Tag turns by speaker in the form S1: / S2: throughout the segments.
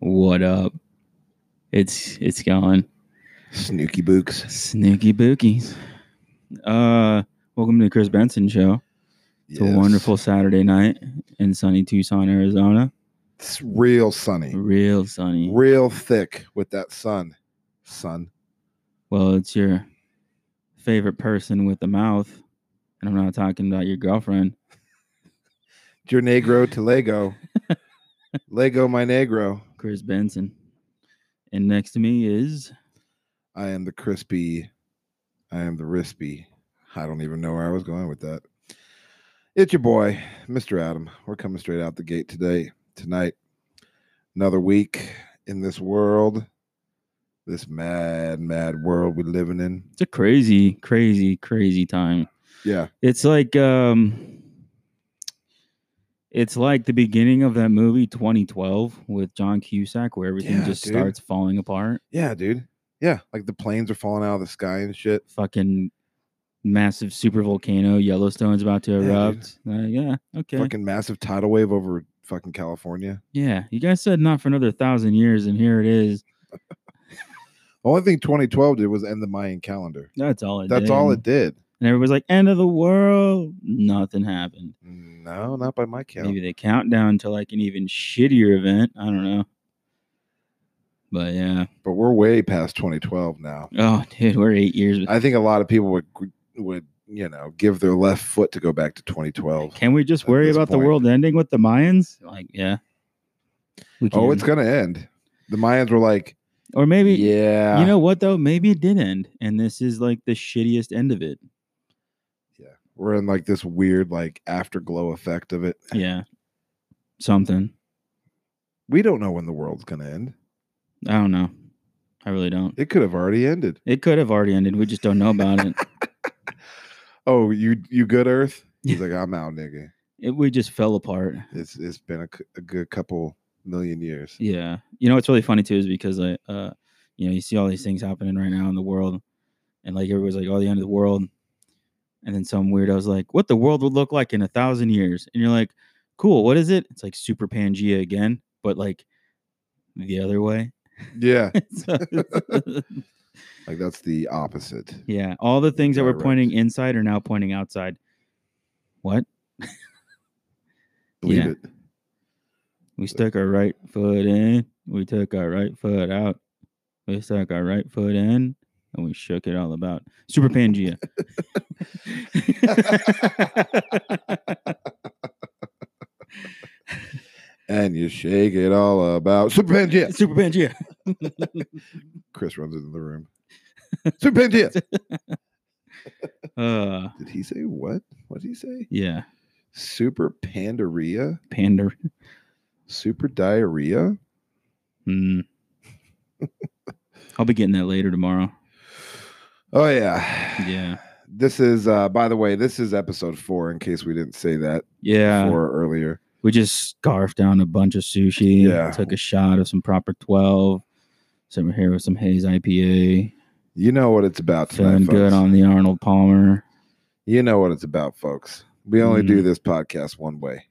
S1: What up? It's it's going.
S2: Snooky Books.
S1: Snooky bookies. Uh welcome to the Chris Benson show. It's a wonderful Saturday night in sunny Tucson, Arizona.
S2: It's real sunny,
S1: Real sunny.
S2: real thick with that sun. Sun.
S1: Well, it's your favorite person with the mouth. And I'm not talking about your girlfriend.
S2: Your negro to Lego. Lego, my negro.
S1: Chris Benson. And next to me is
S2: I am the crispy. I am the rispy. I don't even know where I was going with that. It's your boy, Mr. Adam. We're coming straight out the gate today, tonight. Another week in this world, this mad, mad world we're living in.
S1: it's a crazy, crazy, crazy time.
S2: Yeah.
S1: It's like um it's like the beginning of that movie 2012 with John Cusack where everything
S2: Yeah,
S1: just
S2: dude.
S1: starts falling apart.
S2: Yeah, dude. Yeah. Like the planes are falling out of the sky and shit.
S1: Fucking massive super volcano, Yellowstone's about to
S2: Yeah, dude.
S1: erupt. Yeah, yeah okay.
S2: Fucking massive tidal wave over fucking California.
S1: Yeah, you guys said not for another 1000 years and here it is.
S2: Only thing 2012 did was end the Mayan calendar.
S1: That's all it
S2: That's all
S1: did.
S2: it did.
S1: And everybody's like end of the world. Nothing happened.
S2: No, not by my count.
S1: Maybe they count down to like an even shittier event. I don't know. But yeah.
S2: But we're way past 2012 now.
S1: Oh, dude, we're eight years.
S2: I think a lot of people would would you know give their left foot to go back to 2012.
S1: Can we just
S2: at
S1: worry
S2: this
S1: about the
S2: point.
S1: world ending with the Mayans? Like, yeah. We
S2: Oh, it's
S1: can.
S2: gonna end. The Mayans were like,
S1: Or maybe,
S2: yeah,
S1: you know what, though? Maybe it did end. And this is like the shittiest end of it.
S2: we're in like this weird like afterglow effect of it.
S1: Yeah. Something.
S2: We don't know when the world's gonna end.
S1: I don't know. I really don't.
S2: It could have already ended.
S1: It could have already ended. We just don't know about it.
S2: Oh, you you good Earth? He's like, I'm out, nigga.
S1: it. We just fell apart.
S2: It's it's been a, cou- a good couple million years.
S1: Yeah. You know what's really funny too is because I uh you know, you see all these things happening right now in the world and like everybody's like, Oh, the end of the world. And then some weirdo's like, What the world would look like in a thousand years? And you're like, Cool, what is it? It's like super Pangea again, but like the other way.
S2: Yeah,
S1: So-
S2: like that's the opposite.
S1: yeah. All the things that were
S2: Direct.
S1: pointing inside are now pointing outside. What?
S2: Believe
S1: Yeah.
S2: it.
S1: We stuck our right foot in. We took our right foot out. We stuck our right foot in and we shook it all about. Super Pangea.
S2: And you shake it all about Super Pangea.
S1: Super Pangea.
S2: Chris runs into the room. Super Pangea.
S1: Uh,
S2: Did he say what? What did he say?
S1: yeah.
S2: Super Pandaria?
S1: Pander.
S2: Super Diarrhea?
S1: Mm. I'll be getting that later tomorrow.
S2: Oh, yeah.
S1: Yeah.
S2: This is, uh, by the way, this is episode four, in case we didn't say that
S1: Yeah.
S2: four earlier.
S1: We just scarfed down a bunch of sushi.
S2: Yeah.
S1: Took a shot of some proper 12. Sitting here with some Haze IPA.
S2: You know what it's about tonight,
S1: Feeling good
S2: folks.
S1: on the Arnold Palmer.
S2: You know what it's about, folks. We only do
S1: Mm-hmm.
S2: this podcast one way,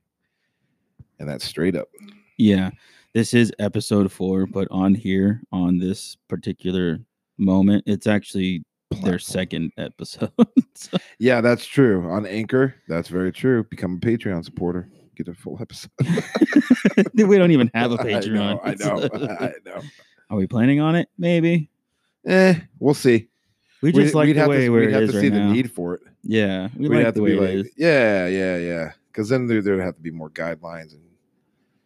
S2: and that's straight up.
S1: Yeah, this is episode four, but on here, on this particular moment, it's actually their
S2: Platform.
S1: second episode. So,
S2: Yeah, that's true. On Anchor, that's very true. Become a Patreon supporter. Get a full episode.
S1: we don't even have a
S2: I
S1: Patreon.
S2: know, I know. I know.
S1: So, Are we planning on it? Maybe.
S2: Eh, we'll see.
S1: We
S2: We'd-
S1: just like
S2: we'd
S1: the
S2: have
S1: way
S2: to,
S1: where
S2: we'd
S1: it
S2: have
S1: is
S2: to
S1: right
S2: see
S1: now.
S2: the need for it.
S1: Yeah, we
S2: we'd
S1: like
S2: have
S1: the
S2: to
S1: way
S2: be
S1: it
S2: like,
S1: is.
S2: yeah, yeah, yeah. Because then there, there'd have to be more guidelines and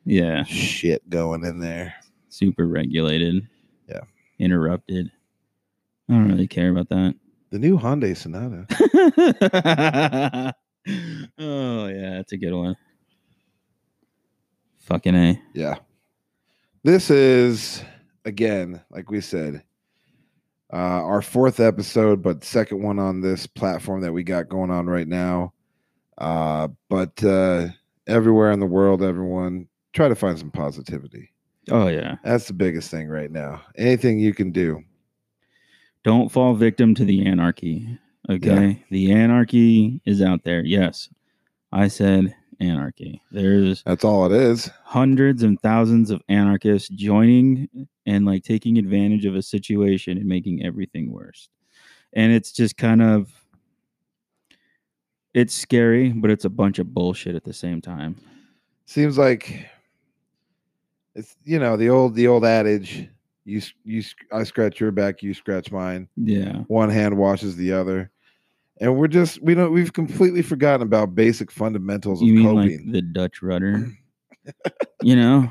S1: Yeah,
S2: shit going in there.
S1: super regulated.
S2: Yeah.
S1: interrupted. I don't really care about that.
S2: The new Hyundai Sonata.
S1: oh yeah, that's a good one. Fucking a.
S2: yeah. This is again, like we said, uh, our fourth episode, but second one on this platform that we got going on right now. Uh, but uh, everywhere in the world, everyone try to find some positivity.
S1: Oh yeah.
S2: That's the biggest thing right now. Anything you can do.
S1: don't fall victim to the anarchy. Okay. The anarchy is out there. Yes. I said anarchy. There's
S2: That's all it is.
S1: hundreds and thousands of anarchists joining and like taking advantage of a situation and making everything worse. And it's just kind of it's scary, but it's a bunch of bullshit at the same time.
S2: Seems like it's you know the old the old adage. You s- you s- I scratch your back, you scratch mine.
S1: Yeah.
S2: one hand washes the other and we're just we don't we've completely forgotten about basic fundamentals of
S1: You mean
S2: coping
S1: like the Dutch rudder? you know,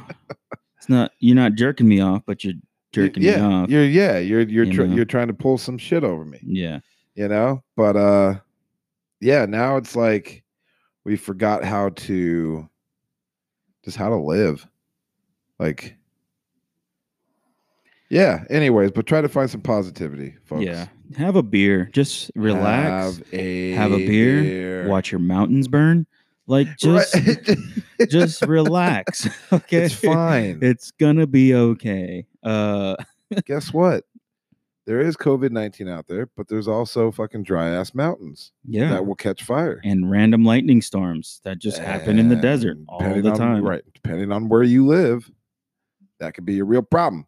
S1: it's not you're not jerking me off, but you're
S2: Y-
S1: jerking
S2: yeah
S1: me off.
S2: you're yeah you're you're
S1: you
S2: tr-
S1: know?
S2: you're trying to pull some shit over me
S1: Yeah,
S2: you know but uh yeah now it's like we forgot how to just how to live like yeah anyways but try to find some positivity folks
S1: yeah. Have a beer, just relax,
S2: have a,
S1: have a beer, watch your mountains burn. Like just,
S2: Right.
S1: just relax. Okay,
S2: it's fine
S1: It's gonna be okay. Uh,
S2: guess what? There is COVID 19 out there, but there's also fucking dry ass mountains
S1: yeah.
S2: that will catch fire.
S1: and random lightning storms that just happen in the desert
S2: And
S1: all
S2: depending
S1: the
S2: on-
S1: time.
S2: right. Depending on where you live, that could be a real problem.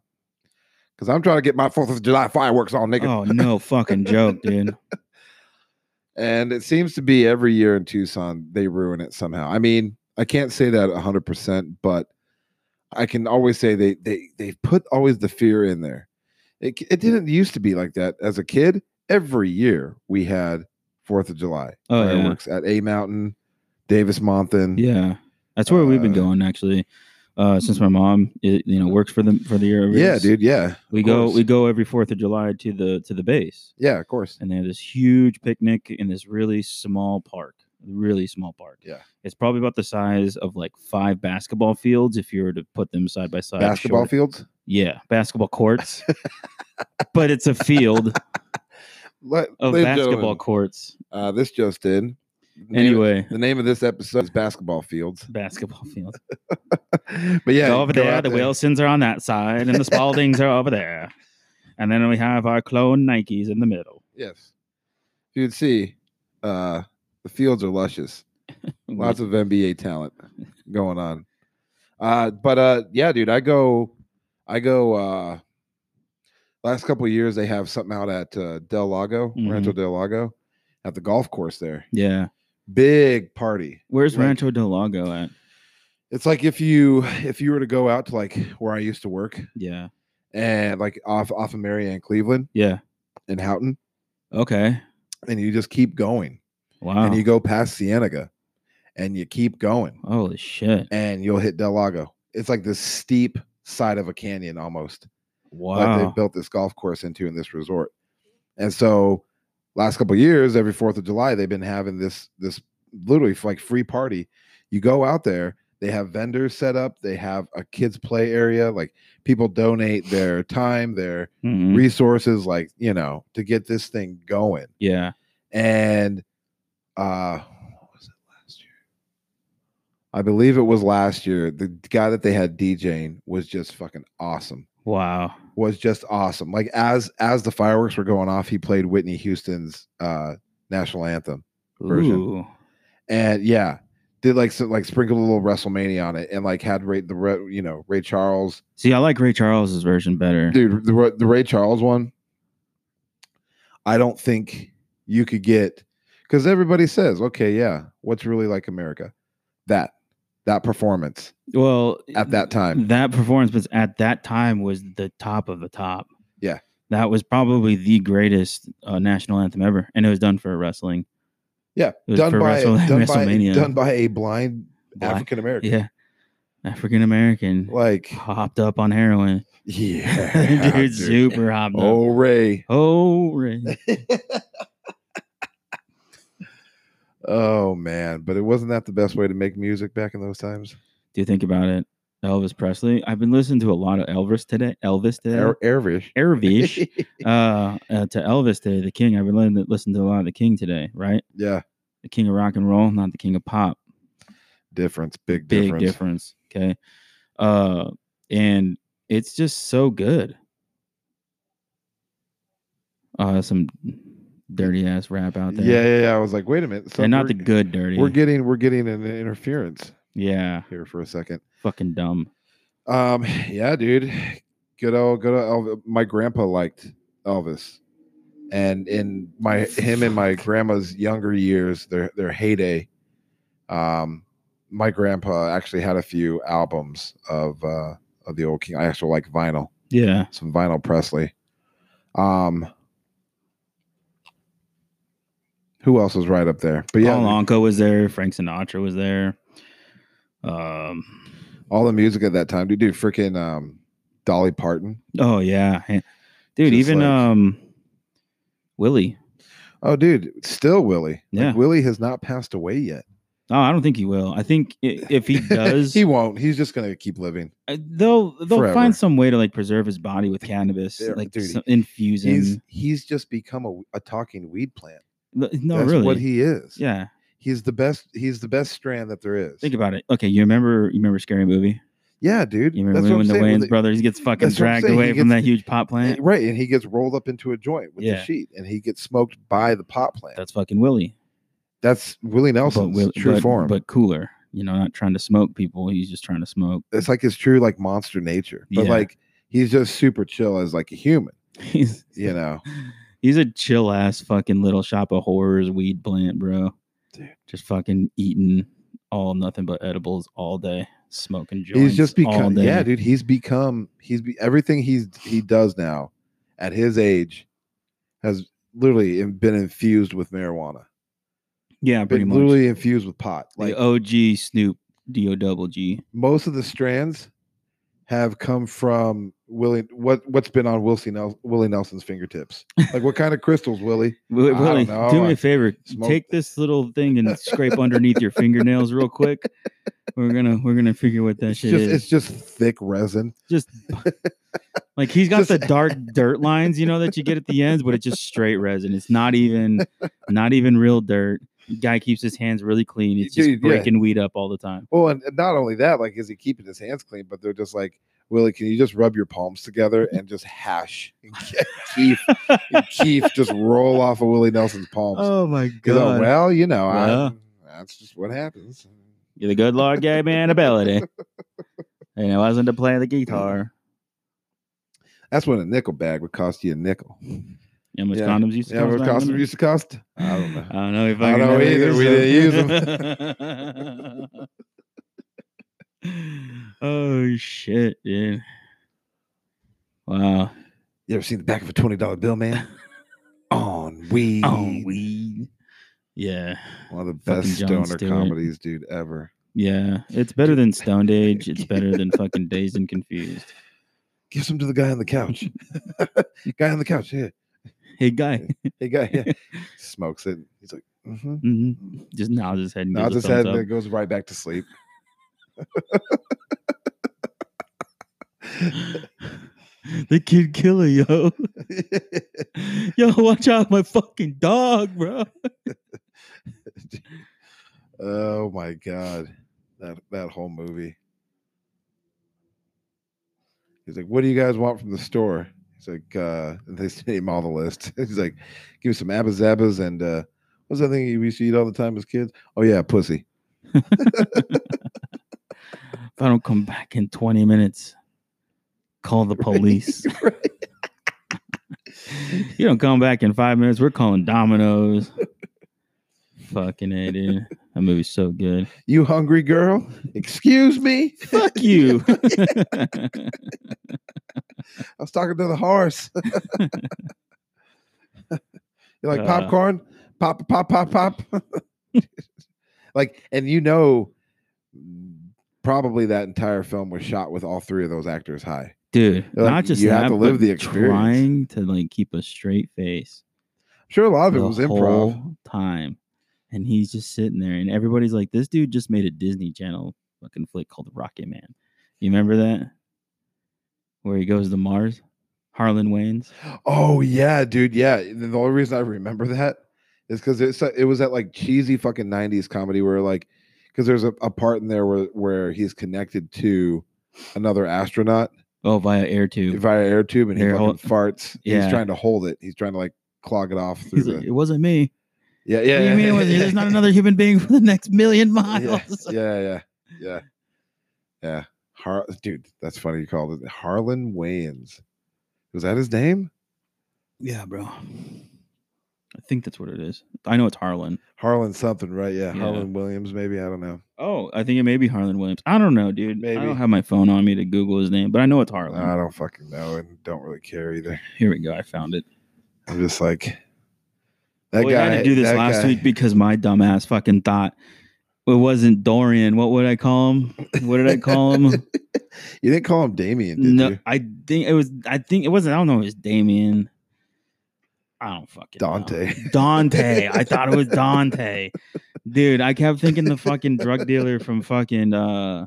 S2: Because I'm trying to get my 4th of July fireworks on, nigga.
S1: Oh no, fucking joke, dude.
S2: And it seems to be every year in Tucson, they ruin it somehow. I mean, I can't say that 100%, but I can always say they they they put always the fear in there. It, c- it didn't used to be like that as a kid. Every year we had 4th of July
S1: Oh, yeah.
S2: fireworks at A Mountain, Davis Mountain.
S1: Yeah, that's where we've been
S2: Uh,
S1: going actually. Uh, since my mom, i- you know, works for the for the year. over
S2: Yeah,
S1: us,
S2: dude, yeah.
S1: We
S2: of
S1: go
S2: course.
S1: we go every Fourth of July to the to the base,
S2: Yeah, of course.
S1: and they have this huge picnic in this really small park, really small park.
S2: Yeah.
S1: it's probably about the size of like five basketball fields if you were to put them side by side.
S2: Basketball
S1: short-
S2: fields?
S1: yeah, basketball courts, but it's a field
S2: Let,
S1: of
S2: ladies and
S1: Oh, basketball
S2: gentlemen,
S1: courts.
S2: uh, this just in.
S1: Anyway,
S2: the name of this episode is Basketball Fields.
S1: basketball field.
S2: but yeah,
S1: go over
S2: go
S1: there.
S2: out
S1: The Wilsons are on that side, and the Spaldings are over there. And then we have our clone Nikes in the middle.
S2: Yes. You'd see uh the fields are luscious. Lots of NBA talent going on. Uh but uh yeah, dude, I go I go uh last couple of years they have something out at uh Del Lago, Rancho Del Lago at the golf course there.
S1: yeah.
S2: Big party.
S1: Where's
S2: Right.
S1: Rancho Del Lago at?
S2: It's like if you if you were to go out to like where I used to work
S1: Yeah.
S2: and like off off of Marianne Cleveland
S1: Yeah.
S2: and Houghton
S1: Okay.
S2: and you just keep going.
S1: Wow.
S2: and you go past Cienega and you keep going
S1: Holy shit.
S2: and you'll hit Del Lago. It's like this steep side of a canyon almost. Like
S1: Wow.
S2: they've built this golf course into in this resort. And so last couple of years, every fourth of July, they've been having this this literally f- like free party. You go out there, they have vendors set up, they have a kids play area, like people donate their time, their
S1: Mhm.
S2: resources, like you know, to get this thing going
S1: Yeah.
S2: and uh what was it last year i believe it was last year the guy that they had djing was just fucking awesome
S1: Wow.
S2: was just awesome like as as the fireworks were going off he played whitney houston's uh national anthem Version.
S1: Ooh.
S2: and yeah did like some like sprinkled a little wrestlemania on it and like had ray the Ra- you know ray charles
S1: See, I like Ray Charles's version better.
S2: dude the, Ra- the ray charles one i don't think you could get because everybody says okay yeah what's really like america that that performance
S1: Well,
S2: at that time
S1: that performance was at that time was the top of the top.
S2: Yeah.
S1: That was probably the greatest uh, national anthem ever, and it was done for wrestling.
S2: yeah
S1: was
S2: done
S1: for
S2: by,
S1: Wrestle-
S2: done, by
S1: WrestleMania.
S2: done by a blind
S1: Black-
S2: african american
S1: Yeah. African American
S2: like
S1: hopped up on heroin.
S2: yeah
S1: dude,
S2: dude.
S1: super hopped up.
S2: oh ray
S1: Oh, Ray.
S2: oh man but it wasn't that the best way to make music back in those times
S1: Do you think about it? Elvis Presley. I've been listening to a lot of Elvis today. Elvis today.
S2: Air Ervish.
S1: Elvis. uh, uh, to Elvis today, the King. I've been listening to, listening to a lot of the King today, right?
S2: yeah
S1: The King of Rock and Roll, not the King of Pop.
S2: difference big,
S1: Big
S2: difference
S1: difference. Okay. Uh, and it's just so good. Uh, some dirty ass rap out there.
S2: Yeah, yeah, yeah. I was like, wait a minute. So
S1: and not
S2: we're-
S1: the good dirty.
S2: We're getting we're getting an interference
S1: yeah,
S2: here for a second.
S1: fucking dumb.
S2: Um, yeah, dude. Good old good old Elvis. My grandpa liked Elvis. And in my him and my grandma's younger years, their their heyday, um, my grandpa actually had a few albums of uh of the old King. I actually like vinyl,
S1: Yeah,
S2: some vinyl Presley. Um who else was right up there? But yeah,
S1: Paul Anka was there. Frank Sinatra was there. Um.
S2: all the music at that time, dude. Dude, freaking um, Dolly Parton.
S1: Oh yeah, Hey, dude.
S2: Just
S1: even
S2: like-
S1: um, Willie.
S2: Oh, dude, still Willie.
S1: Yeah.
S2: like, Willie has not passed away yet.
S1: No, Oh, I don't think he will. I think i- if he does,
S2: he won't. He's just gonna keep living.
S1: uh, they'll they'll
S2: Forever.
S1: find some way to like preserve his body with cannabis,
S2: Yeah,
S1: like
S2: dude,
S1: some, infuse
S2: He's
S1: him.
S2: he's just become a, a talking weed plant.
S1: L- No,
S2: That's
S1: really.
S2: what he is.
S1: yeah,
S2: he's the best. He's the best strand that there is.
S1: think about it. Okay, you remember you remember Scary Movie?
S2: yeah, dude.
S1: You remember when the
S2: saying, with
S1: Wayans
S2: the-
S1: brothers gets fucking
S2: That's what I'm
S1: dragged
S2: saying,
S1: away
S2: he
S1: from
S2: gets-
S1: that huge pot
S2: and-
S1: plant?
S2: Right, and he gets rolled up into a joint with
S1: Yeah.
S2: the sheet, and he gets smoked by the pot plant.
S1: That's fucking Willie.
S2: That's Willie Nelson's
S1: Will-
S2: true
S1: but,
S2: form.
S1: but cooler. You know, not trying to smoke people. He's just trying to smoke.
S2: it's like his true like monster nature. But
S1: Yeah.
S2: like he's just super chill as like a human,
S1: He's
S2: you know.
S1: he's a chill ass fucking little shop of horrors weed plant, bro.
S2: Dude.
S1: Just fucking eating all nothing but edibles all day, smoking joints.
S2: he's just
S1: all
S2: become
S1: day.
S2: yeah, dude. He's become he's be, everything he's he does now at his age has literally in- been infused with marijuana.
S1: yeah, pretty
S2: Been
S1: much. uh
S2: literally infused with pot. Like
S1: like OG Snoop D O double G.
S2: most of the strands have come from Willie what what's been on Wilson Nel- Willie Nelson's fingertips. Like what kind of crystals, Willie?
S1: Wi-
S2: I don't
S1: Willie,
S2: know,
S1: do me
S2: I
S1: a favor.
S2: smoked
S1: Take
S2: it.
S1: this little thing and scrape underneath your fingernails real quick. We're gonna we're gonna figure what that
S2: It's
S1: shit
S2: just
S1: is.
S2: it's just thick resin.
S1: just like he's got
S2: Just-
S1: the dark dirt lines, you know, that you get at the ends, but it's just straight resin. It's not even not even real dirt. Guy keeps his hands really clean. It's just
S2: Dude, yeah.
S1: breaking weed up all the time.
S2: Well, and and not only that, like, is he keeping his hands clean? But they're just like, Willie, can you just rub your palms together
S1: Mm-hmm.
S2: and just hash and ke- keef, and keef just roll off of Willie Nelson's palms?
S1: Oh my
S2: He's like, well, you know,
S1: Yeah.
S2: I, that's just what happens.
S1: You're the good Lord gave me an ability. And it wasn't to play the guitar.
S2: That's when a nickel bag would cost you a nickel.
S1: You know how much
S2: Yeah.
S1: condoms used to
S2: Yeah,
S1: cost
S2: what
S1: back
S2: cost
S1: then?
S2: used to cost? I
S1: I
S2: don't know.
S1: don't know if
S2: I
S1: I,
S2: don't
S1: can
S2: either. We
S1: didn't use them. oh shit, dude! Wow.
S2: You ever seen the back of a twenty dollar bill, man? On weed.
S1: Oh weed. Yeah,
S2: One of the
S1: Fucking
S2: best
S1: Jon
S2: stoner
S1: Stewart.
S2: comedies, dude, ever.
S1: yeah. It's better than Stoned Age. It's better than fucking Dazed and Confused.
S2: Give some to the guy on the couch. guy on the couch. Here,
S1: Hey guy,
S2: Hey, guy. Yeah. Smokes it. He's like, mm-hmm.
S1: Mhm. just nods his head. And
S2: nods his
S1: gives a
S2: head
S1: thumbs
S2: and
S1: up.
S2: then goes right back to sleep.
S1: the kid killer, yo. yo, watch out, my fucking dog, bro.
S2: oh my god, that that whole movie. He's like, "What do you guys want from the store?" He's like, uh, and they name all the list. He's like, "Give me some abba zabbas and uh, what's that thing you used to eat all the time as kids?" Oh yeah, pussy.
S1: If I don't come back in 20 minutes, call the police.
S2: Right.
S1: you don't come back in five minutes, we're calling Domino's. Fucking A, dude. That movie's so good.
S2: You hungry girl? Excuse me.
S1: Fuck you.
S2: I was talking to the horse. you like
S1: Uh.
S2: popcorn? Pop, pop, pop, pop. like, and you know, probably that entire film was shot with all three of those actors high.
S1: dude,
S2: Like,
S1: not just
S2: you
S1: that,
S2: have to live
S1: but
S2: the experience.
S1: Trying to like keep a straight face.
S2: I'm sure a lot of it
S1: the
S2: was improv.
S1: whole time. And he's just sitting there, and everybody's like, "This dude just made a Disney Channel fucking flick called Rocket Man." You remember that? Where he goes to Mars, Harlan Wayans.
S2: Oh yeah, dude. Yeah. And the only reason I remember that is because it's it was that like cheesy fucking '90s comedy where like because there's a, a part in there where where he's connected to another astronaut.
S1: Oh, via air tube.
S2: via air tube and he
S1: They're
S2: fucking
S1: hol-
S2: farts. He's
S1: Yeah.
S2: trying to hold it. He's trying to like clog it off through
S1: He's
S2: the
S1: like, it wasn't me.
S2: yeah yeah.
S1: What do
S2: yeah,
S1: you mean it
S2: yeah,
S1: wasn't? you?
S2: yeah,
S1: There's not another human being for the next million miles.
S2: Yeah, yeah, yeah, yeah, yeah. Har- dude, that's funny. You called it Harlan Wayans. Was that his name?
S1: Yeah, bro. I think that's what it is. I know it's Harlan.
S2: Harlan something, right? Yeah,
S1: Yeah.
S2: Harlan Williams, maybe. I don't know.
S1: Oh, I think it may be Harlan Williams. I don't know, dude. I
S2: Maybe.
S1: don't have my phone on me to Google his name, but I know it's Harlan.
S2: I don't fucking know, and don't really care either.
S1: Here we go. I found it.
S2: I'm just like that
S1: Well,
S2: guy.
S1: I had to do this
S2: that
S1: last
S2: guy-
S1: week because my dumbass fucking thought it wasn't Dorian. What would I call him? What did I call him?
S2: you didn't call him Damien, did
S1: no,
S2: you?
S1: I think it was. I think it wasn't. I don't know. It was Damien. I don't fucking know.
S2: Dante.
S1: Dante. I thought it was Dante. Dude, I kept thinking the fucking drug dealer from fucking uh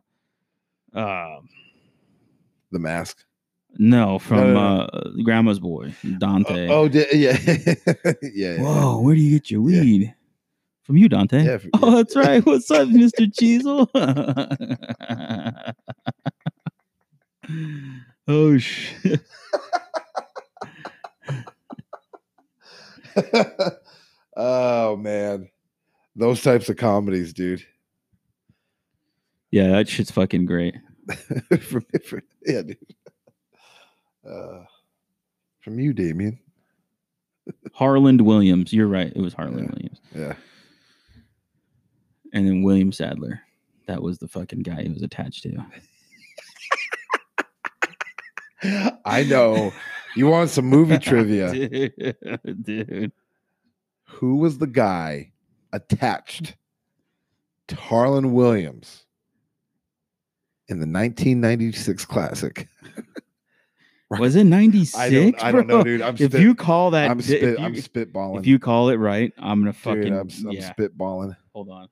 S1: uh
S2: The mask.
S1: no from
S2: No, no,
S1: uh grandma's boy, Dante.
S2: Oh, oh di- yeah. yeah, yeah.
S1: Whoa, where do you get your
S2: Yeah.
S1: weed? From you, Dante.
S2: Yeah, from-
S1: oh, that's right. What's up, Mr. Cheezel? oh shit.
S2: oh man, those types of comedies, dude.
S1: Yeah, that shit's fucking great.
S2: from, from- yeah, dude. Uh, from you, Damien.
S1: Harland Williams. You're right. It was Harland
S2: Yeah.
S1: Williams.
S2: Yeah,
S1: and then William Sadler. That was the fucking guy he was attached to.
S2: I know. You want some movie trivia?
S1: dude, dude.
S2: Who was the guy attached to Harlan Williams in the 1996 classic?
S1: was it ninety six?
S2: I don't, I don't know, dude. I'm
S1: If
S2: spit-
S1: you call that,
S2: I'm,
S1: di-
S2: spit,
S1: if, you,
S2: I'm spitballing.
S1: if you call it right, I'm gonna fucking
S2: Dude, I'm, s- I'm
S1: yeah.
S2: spitballing.
S1: Hold on.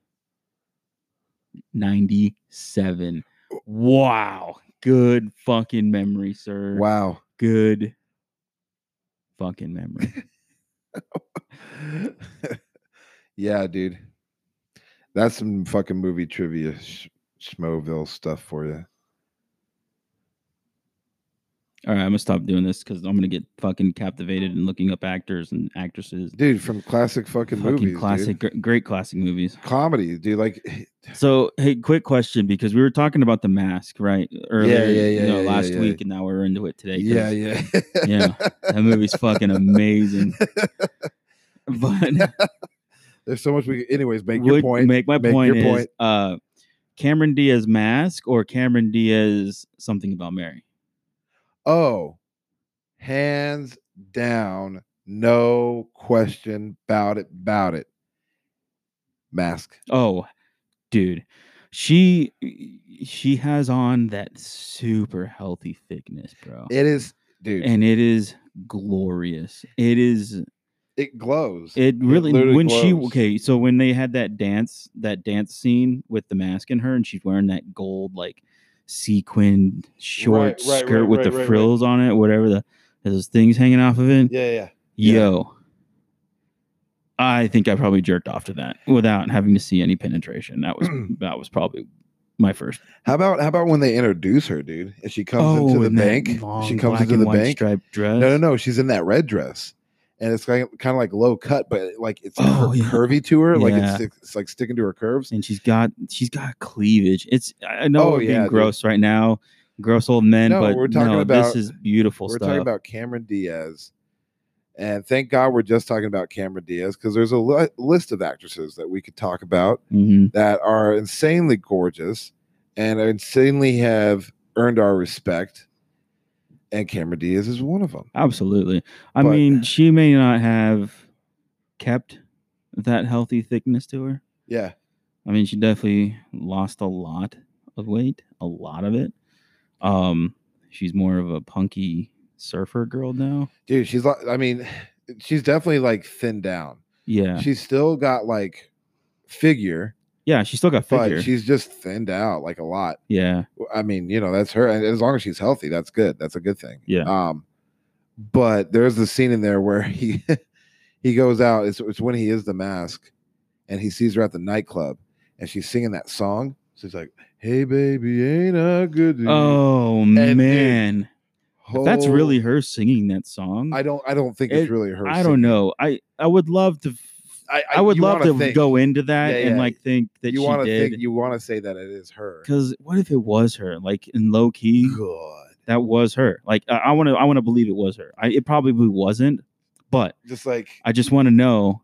S1: Ninety seven. Wow, good fucking memory, sir.
S2: Wow.
S1: good fucking memory.
S2: yeah, dude. That's some fucking movie trivia, sh- Schmoville stuff for you.
S1: All right, I'm gonna stop doing this because I'm gonna get fucking captivated and looking up actors and actresses.
S2: Dude, from classic fucking, movies. dude.
S1: classic, gr- great classic movies.
S2: Comedy, dude. Like, eh,
S1: So, hey, quick question because we were talking about the mask, right? Earlier,
S2: yeah, yeah,
S1: you know,
S2: yeah,
S1: last
S2: yeah.
S1: week, and now we're into it today. 'cause
S2: yeah, yeah.
S1: Yeah, that movie's fucking amazing. But
S2: There's so much we, anyways, make your
S1: would-
S2: point.
S1: Make my
S2: Make
S1: point
S2: your
S1: is,
S2: point.
S1: uh, Cameron Diaz mask or Cameron Diaz something about Mary.
S2: oh, hands down. No question about it. About it. Mask.
S1: Oh, dude, she she has on that super healthy thickness, bro,
S2: It is, dude.
S1: and it is glorious. It is
S2: it glows.
S1: It really
S2: literally
S1: when she
S2: glows.
S1: okay, so when they had that dance, that dance scene with the mask and her, and she's wearing that gold like sequined short
S2: right, right,
S1: skirt with
S2: right,
S1: the
S2: right, right.
S1: frills on it, whatever the those things hanging off of it.
S2: yeah, yeah. yeah.
S1: Yo, I think I probably jerked off to that without having to see any penetration. That was that was probably my first.
S2: How about how about when they introduce her, dude? And she comes into the
S1: Oh, and that
S2: bank. She
S1: long
S2: comes
S1: black
S2: into
S1: and
S2: the
S1: white
S2: bank.
S1: striped dress.
S2: No, no, no. She's in that red dress, and it's kind of, kind of like low cut, but like it's cur-
S1: Oh, yeah.
S2: curvy to her. Like
S1: Yeah.
S2: it's, stick- it's like sticking to her curves.
S1: and she's got she's got cleavage. It's I I know
S2: Oh,
S1: we're
S2: yeah,
S1: being
S2: dude.
S1: gross right now, gross old men,
S2: No,
S1: but
S2: we're talking
S1: no,
S2: about-
S1: this is beautiful
S2: We're
S1: stuff.
S2: talking about Cameron Diaz, and thank God we're just talking about Cameron Diaz because there's a li- list of actresses that we could talk about
S1: Mhm.
S2: that are insanely gorgeous and insanely have earned our respect, and Cameron Diaz is one of them.
S1: Absolutely. I
S2: But-
S1: mean, she may not have kept that healthy thickness to her.
S2: Yeah.
S1: I mean, she definitely lost a lot of weight, a lot of it. Um, she's more of a punky surfer girl now.
S2: dude she's like i mean she's definitely like thinned down
S1: Yeah,
S2: she's still got like figure,
S1: yeah, she still got figure.
S2: but she's just thinned out like a lot
S1: yeah,
S2: i mean you know that's her and as long as she's healthy that's good that's a good thing
S1: Yeah.
S2: um but there's the scene in there where he he goes out it's, it's when he is the mask and he sees her at the nightclb and she's singing that song she's like hey baby ain't i good to you?"
S1: Oh
S2: Mm. dude,
S1: man, If that's really her singing that song.
S2: I don't. I don't think it's
S1: It-
S2: really her.
S1: I don't
S2: singing.
S1: know. I I would love to.
S2: I,
S1: I would
S2: you
S1: love
S2: wanna
S1: to
S2: think-
S1: go into that
S2: Yeah,
S1: and
S2: yeah.
S1: like think that
S2: you
S1: she
S2: wanna
S1: did.
S2: think. You want to say that it is her.
S1: Because what if it was her? Like in low key,
S2: Good.
S1: that was her. Like I want to. I want to believe it was her. I, it probably wasn't, but
S2: Just like
S1: I just want to know: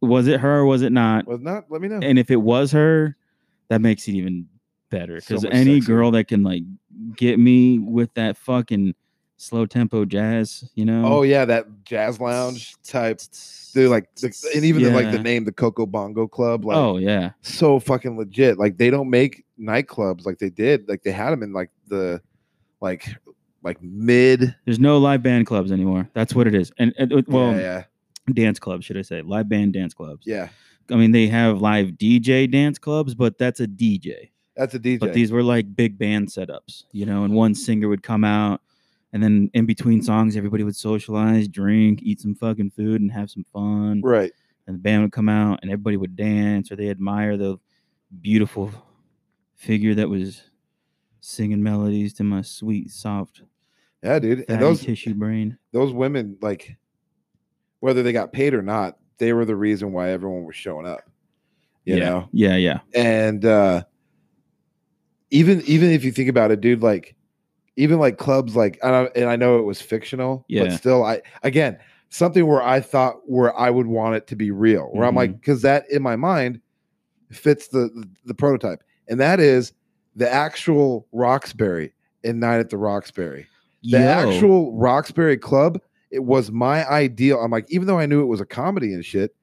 S1: was it her? or Was it not?
S2: was not. Let me know.
S1: And if it was her, that makes it even better.
S2: So
S1: Because
S2: much
S1: any
S2: sexier.
S1: girl that can like get me with that fucking slow tempo jazz, you know?
S2: oh yeah, that jazz lounge type. Dude, like, the, and even the, like the
S1: Yeah.
S2: name, the Coco Bongo Club. Like,
S1: oh yeah.
S2: so fucking legit. Like they don't make nightclubs like they did. Like they had them in like the like like mid.
S1: There's no live band clubs anymore. That's what it is. And, and uh, well,
S2: yeah, yeah,
S1: dance clubs, should I say? Live band dance clubs.
S2: yeah.
S1: I mean, they have live DJ dance clubs, but that's a DJ.
S2: That's a DJ.
S1: But these were like big band setups, you know, and one singer would come out and then in between songs everybody would socialize, drink, eat some fucking food and have some fun.
S2: right.
S1: And the band would come out and everybody would dance or they admire the beautiful figure that was singing melodies to my sweet, soft,
S2: Yeah, dude. And
S1: fatty
S2: those
S1: tissue brain.
S2: those women, like whether they got paid or not, they were the reason why everyone was showing up. You
S1: yeah.
S2: know?
S1: Yeah, yeah.
S2: And uh even even if you think about it, dude, like even like clubs like and I, and I know it was fictional, but
S1: Yeah.
S2: still I again something where I thought where I would want it to be real, where I'm like, because that in my mind fits the the prototype. And that is the actual Roxbury in Night at the Roxbury
S1: Yo.
S2: the actual Roxbury Club, it was my ideal. I'm like, even though I knew it was a comedy and shit,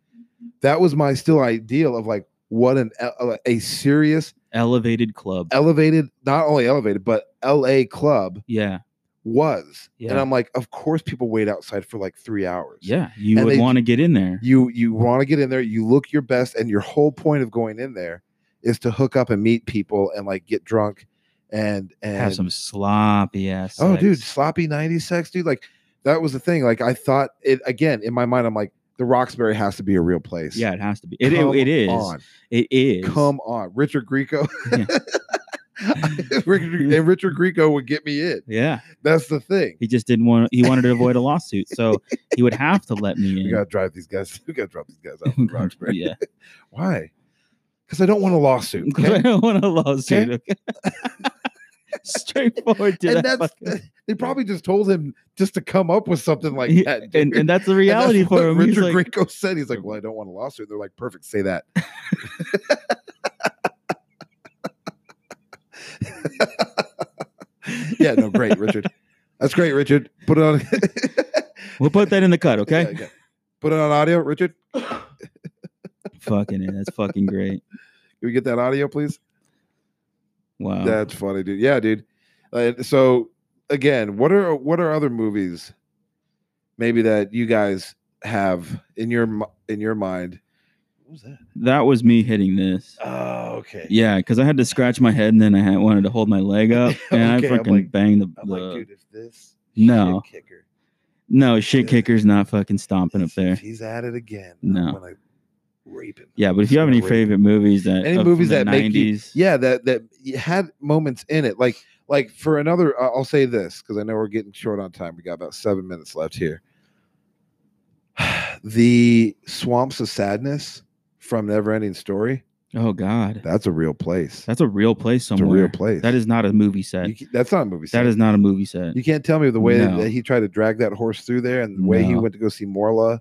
S2: that was my still ideal of like what an a, a serious
S1: elevated club.
S2: elevated, not only elevated but L.A. club
S1: yeah.
S2: was. And
S1: Yeah.
S2: I'm like, of course, people wait outside for like three hours.
S1: Yeah. You
S2: And
S1: would
S2: they-
S1: want to get in there.
S2: You you want to get in there, you look your best, and your whole point of going in there is to hook up and meet people and like get drunk and and
S1: have some sloppy ass.
S2: Oh, dude,
S1: sex.
S2: sloppy 90s sex, dude. Like that was the thing. Like I thought it again in my mind. I'm like, the Roxbury has to be a real place.
S1: Yeah, it has to be. It, it-
S2: Come
S1: it is.
S2: On.
S1: It is.
S2: Come on, Richard Grieco.
S1: Yeah.
S2: Richard, and Richard Grieco would get me in.
S1: Yeah.
S2: That's the thing.
S1: He just didn't want. He wanted to avoid a lawsuit, so he would have to let me in.
S2: We gotta drive these guys. We gotta drop these guys out. Of Roxbury.
S1: yeah,
S2: Why? Because I don't want a lawsuit.
S1: because I
S2: okay?
S1: don't want a lawsuit. okay? Straightforward to
S2: and
S1: that.
S2: that's
S1: fucking-
S2: they probably just told him just to come up with something like
S1: He-
S2: that.
S1: and,
S2: dude.
S1: and that's the
S2: And that's
S1: reality
S2: what
S1: for him. He's
S2: Richard
S1: like,
S2: Grieco said, he's like, Well, I don't want a lawsuit. They're like, Perfect, say that. yeah, no, great, Richard. That's great, Richard. Put it on.
S1: we'll put that in the cut, okay?
S2: Yeah, yeah. Put it on audio, Richard.
S1: Fucking it. That's fucking great.
S2: Can we get that audio, please?
S1: Wow.
S2: That's funny, dude. Yeah, dude. Uh, so again, what are what are other movies maybe that you guys have in your mi- in your mind? What was that?
S1: that was me hitting this.
S2: Oh, okay.
S1: Yeah, because I had to scratch my head and then I had, wanted to hold my leg up and
S2: Okay,
S1: I
S2: I'm
S1: freaking
S2: like-
S1: banged the.
S2: I'm
S1: the-
S2: like, dude, if this
S1: No.
S2: shit kicker,
S1: no, shit
S2: Yeah.
S1: kicker's not fucking stomping up
S2: if,
S1: there.
S2: if he's at it again,
S1: No.
S2: I'm gonna rape him.
S1: Yeah, but if you have
S2: Gonna
S1: any
S2: rape
S1: favorite movies that
S2: Any
S1: uh, from
S2: movies
S1: the
S2: that make you-
S1: 90s,
S2: Yeah, that that you had moments in it, like like for another. I- I'll say this because I know we're getting short on time. We got about seven minutes left here. the swamps of sadness from Neverending Story.
S1: Oh God,
S2: That's a real place.
S1: that's a real place
S2: It's a
S1: somewhere.
S2: real place.
S1: That is not a movie set.
S2: You ca- that's not a movie.
S1: that
S2: set.
S1: is not a movie set.
S2: You can't tell me the way that-
S1: No.
S2: that he tried to drag that horse through there and the way he
S1: No.
S2: went to go see Morla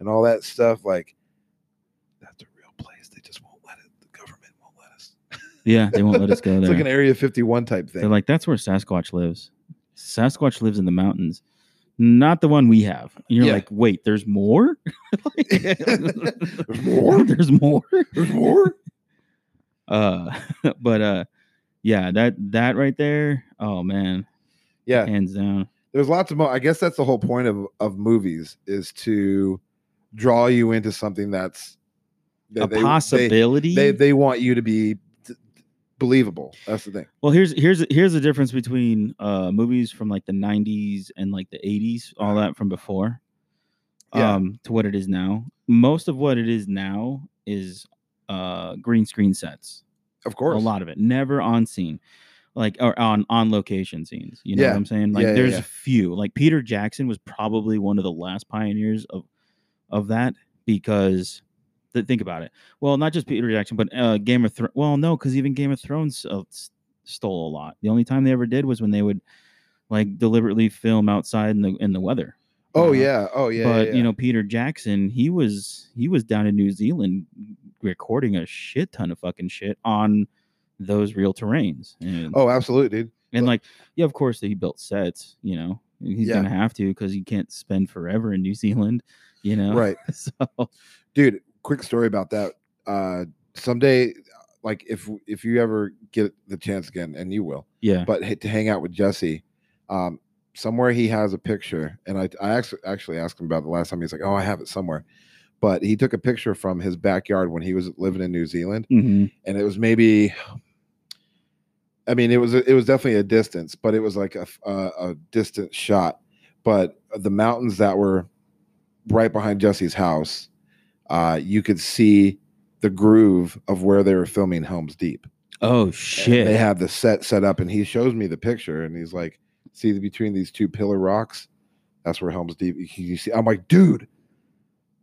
S2: and all that stuff. Like, that's a real place. They just won't let it. The government won't let us.
S1: yeah, they won't let us go
S2: It's
S1: there.
S2: like an Area 51 type
S1: They're
S2: thing.
S1: like, that's where Sasquatch lives. Sasquatch lives in the mountains, not the one we have. And you're
S2: Yeah.
S1: like, wait, there's more. Like,
S2: There's more?
S1: There's more.
S2: There's more?
S1: Uh, but uh, yeah, that that right there. Oh man,
S2: Yeah.
S1: hands down.
S2: There's lots of, mo- I guess that's the whole point of, of movies is to draw you into something that's that
S1: a
S2: they- they-
S1: possibility.
S2: They, they, want you to be t- t- believable. That's the thing.
S1: Well, here's here's here's the difference between uh movies from like the '90s and like the '80s, all that from before,
S2: Yeah.
S1: um, to what it is now. Most of what it is now is uh green screen sets.
S2: Of
S1: A
S2: course.
S1: lot of it, never on scene. like or on on location scenes. You know
S2: Yeah.
S1: what I'm saying? Like
S2: Yeah, yeah,
S1: there's
S2: yeah.
S1: a few. Like Peter Jackson was probably one of the last pioneers of of that because th- think about it. Well, not just Peter Jackson, but uh, Game of Thrones. Well, no, because even Game of Thrones uh, s- stole a lot. The only time they ever did was when they would like deliberately film outside in the in the weather.
S2: Oh
S1: Uh,
S2: yeah. Oh yeah.
S1: but
S2: yeah,
S1: you
S2: yeah.
S1: know, Peter Jackson, he was he was down in New Zealand recording a shit ton of fucking shit on those real terrains. And
S2: Oh, absolutely, dude.
S1: and
S2: But-
S1: like, yeah, of course he built sets. You know, and he's
S2: Yeah.
S1: gonna have to because you can't spend forever in New Zealand. You know,
S2: Right.
S1: so
S2: dude quick story about that uh someday like if if you ever get the chance again and you will
S1: yeah,
S2: but h- to hang out with jesse um somewhere he has a picture and i i actually actually asked him about it the last time he's like oh i have it somewhere but he took a picture from his backyard when he was living in new zealand
S1: Mhm.
S2: and it was maybe i mean it was a- it was definitely a distance but it was like a, f- a- a distant shot but the mountains that were right behind jesse's house uh, you could see the groove of where they were filming helms deep
S1: oh
S2: And
S1: shit,
S2: they had the set set up and he shows me the picture and he's like see the- between these two pillar rocks that's where helms deep you can- you see i'm like dude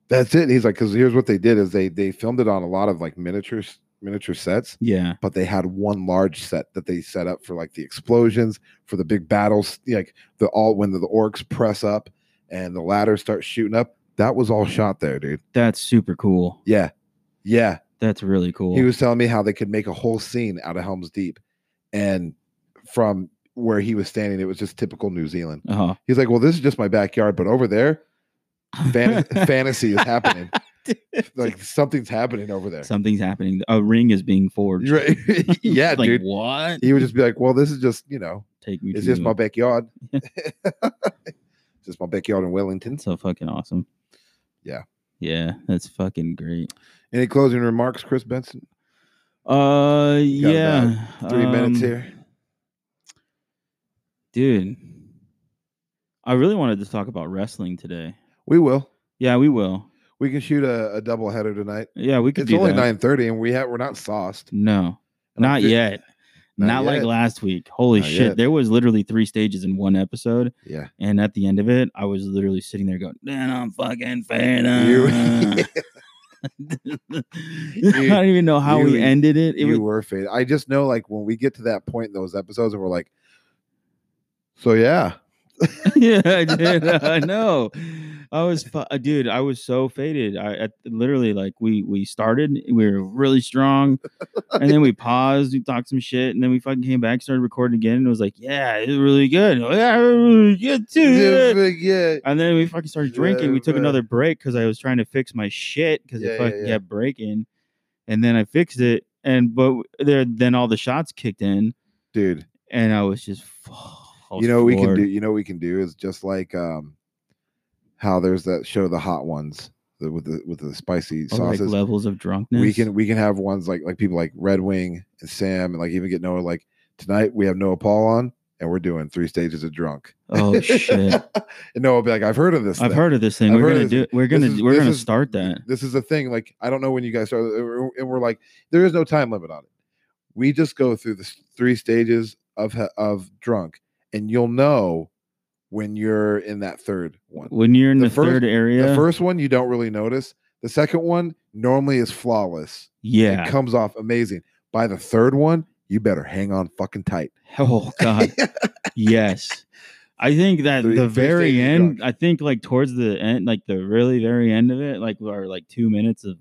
S2: that's it And he's like because here's what they did is they they filmed it on a lot of like miniatures miniature sets
S1: yeah,
S2: but they had one large set that they set up for like the explosions for the big battles like the all when the, the orcs press up and the ladder starts shooting up that was all shot there dude
S1: that's super cool.
S2: yeah yeah
S1: That's really cool.
S2: he was telling me how they could make a whole scene out of helms deep and from where he was standing it was just typical new zealand
S1: uh-huh.
S2: he's like well this is just my backyard but over there fan- fantasy is happening like something's happening over there
S1: something's happening. A ring is being forged.
S2: Right. yeah
S1: like,
S2: dude
S1: What?
S2: he would just be like well this is just you know
S1: Take me.
S2: It's
S1: to
S2: just my backyard. just my backyard in Wellington.
S1: so fucking awesome.
S2: Yeah.
S1: Yeah, that's fucking great.
S2: Any closing remarks, Chris Benson?
S1: Uh, yeah.
S2: Three minutes
S1: um,
S2: here.
S1: dude. I really wanted to talk about wrestling today.
S2: We will.
S1: Yeah, we will.
S2: We can shoot a, a double header tonight.
S1: Yeah, we could
S2: It's
S1: do
S2: only
S1: that.
S2: nine thirty, and we have we're not sauced.
S1: No,
S2: And I'm
S1: not
S2: fi-
S1: yet.
S2: Not
S1: Not, like
S2: yet.
S1: last week. Holy
S2: Not
S1: shit!
S2: yet.
S1: There was literally three stages in one episode,
S2: Yeah.
S1: and at the end of it, I was literally sitting there going, "Man, I'm fucking fed
S2: You-
S1: up." I don't even know how we
S2: you-
S1: ended it. It
S2: you
S1: was,
S2: were faded. I just know, like when we get to that point in those episodes, and we're like, so yeah,
S1: yeah, dude, I know. I was, fu- uh, dude, I was so faded. I, I literally like we we started, we were really strong, and then we paused, we talked some shit, and then we fucking came back, started recording again, and it was like, yeah, it was really good. Oh, yeah, it was really good too.
S2: yeah,
S1: yeah."
S2: but yeah.
S1: And then we fucking started drinking. We took
S2: Yeah,
S1: another break because I was trying to fix my shit because
S2: Yeah, yeah,
S1: it fucking
S2: yeah.
S1: kept breaking, and then I fixed it, and but there then all the shots kicked in,
S2: dude.
S1: and I was just. I was
S2: you know what we can
S1: floored.
S2: do you know what we can do is just like um how there's that show the hot ones the, with the with the spicy
S1: Oh, like
S2: sauces
S1: levels of drunkenness.
S2: we can we can have ones like like people like red wing and sam and like even get noah like tonight we have noah paul on and we're doing three stages of drunk
S1: Oh shit!
S2: and noah will be like i've heard of this
S1: I've
S2: thing.
S1: heard of this thing.
S2: I've
S1: we're
S2: heard
S1: gonna
S2: of
S1: do. We're
S2: This
S1: gonna.
S2: is-
S1: we're
S2: this
S1: gonna
S2: is-
S1: start that.
S2: this is a thing like i don't know when you guys start and we're like there is no time limit on it we just go through the s- three stages of he- of drunk and you'll know when you're in that third one
S1: When you're in
S2: the
S1: the,
S2: first-
S1: third area,
S2: The first one you don't really notice. The second one normally is flawless.
S1: yeah.
S2: It comes off amazing. By the third one, you better hang on fucking tight.
S1: Oh god. yes. I think that
S2: Three-
S1: the
S2: three
S1: very
S2: stages of
S1: end.
S2: drunk.
S1: I think like towards the end, like the really very end of it, like or like two minutes of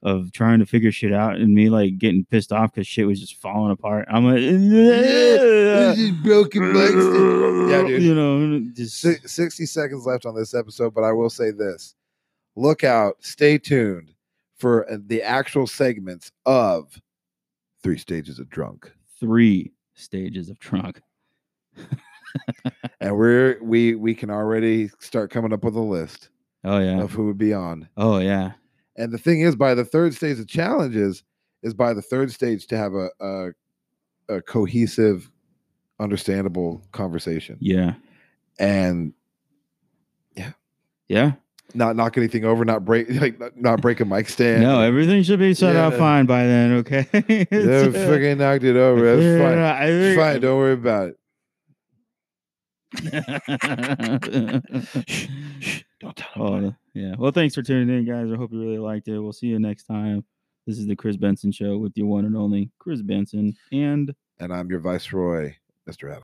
S1: of trying to figure shit out and me like getting pissed off because shit was just falling apart. I'm like,
S2: This is broken legs. Yeah, dude.
S1: You know, just
S2: Si- 60 seconds left on this episode, but I will say this. Look out, stay tuned for uh, the actual segments of Three Stages of Drunk.
S1: three stages of trunk.
S2: And we're we we can already start coming up with a list
S1: Oh yeah.
S2: of who would be on.
S1: Oh yeah.
S2: And the thing is, by the third stage, the challenge is is by the third stage to have a a, a cohesive, understandable conversation.
S1: Yeah.
S2: And
S1: Yeah.
S2: Not knock anything over, not break like not- not break a mic stand.
S1: No, everything should be set out
S2: Yeah.
S1: fine by then. Okay.
S2: they
S1: It's, uh,
S2: fucking knocked it over. That's fine.
S1: I
S2: It's
S1: think-
S2: fine. Don't worry about it. Don't tell
S1: oh, yeah. Well, thanks for tuning in, guys. I hope you really liked it. We'll see you next time. This is the Chris Benson Show with your one and only Chris Benson and
S2: And I'm your viceroy, Mr. Adam.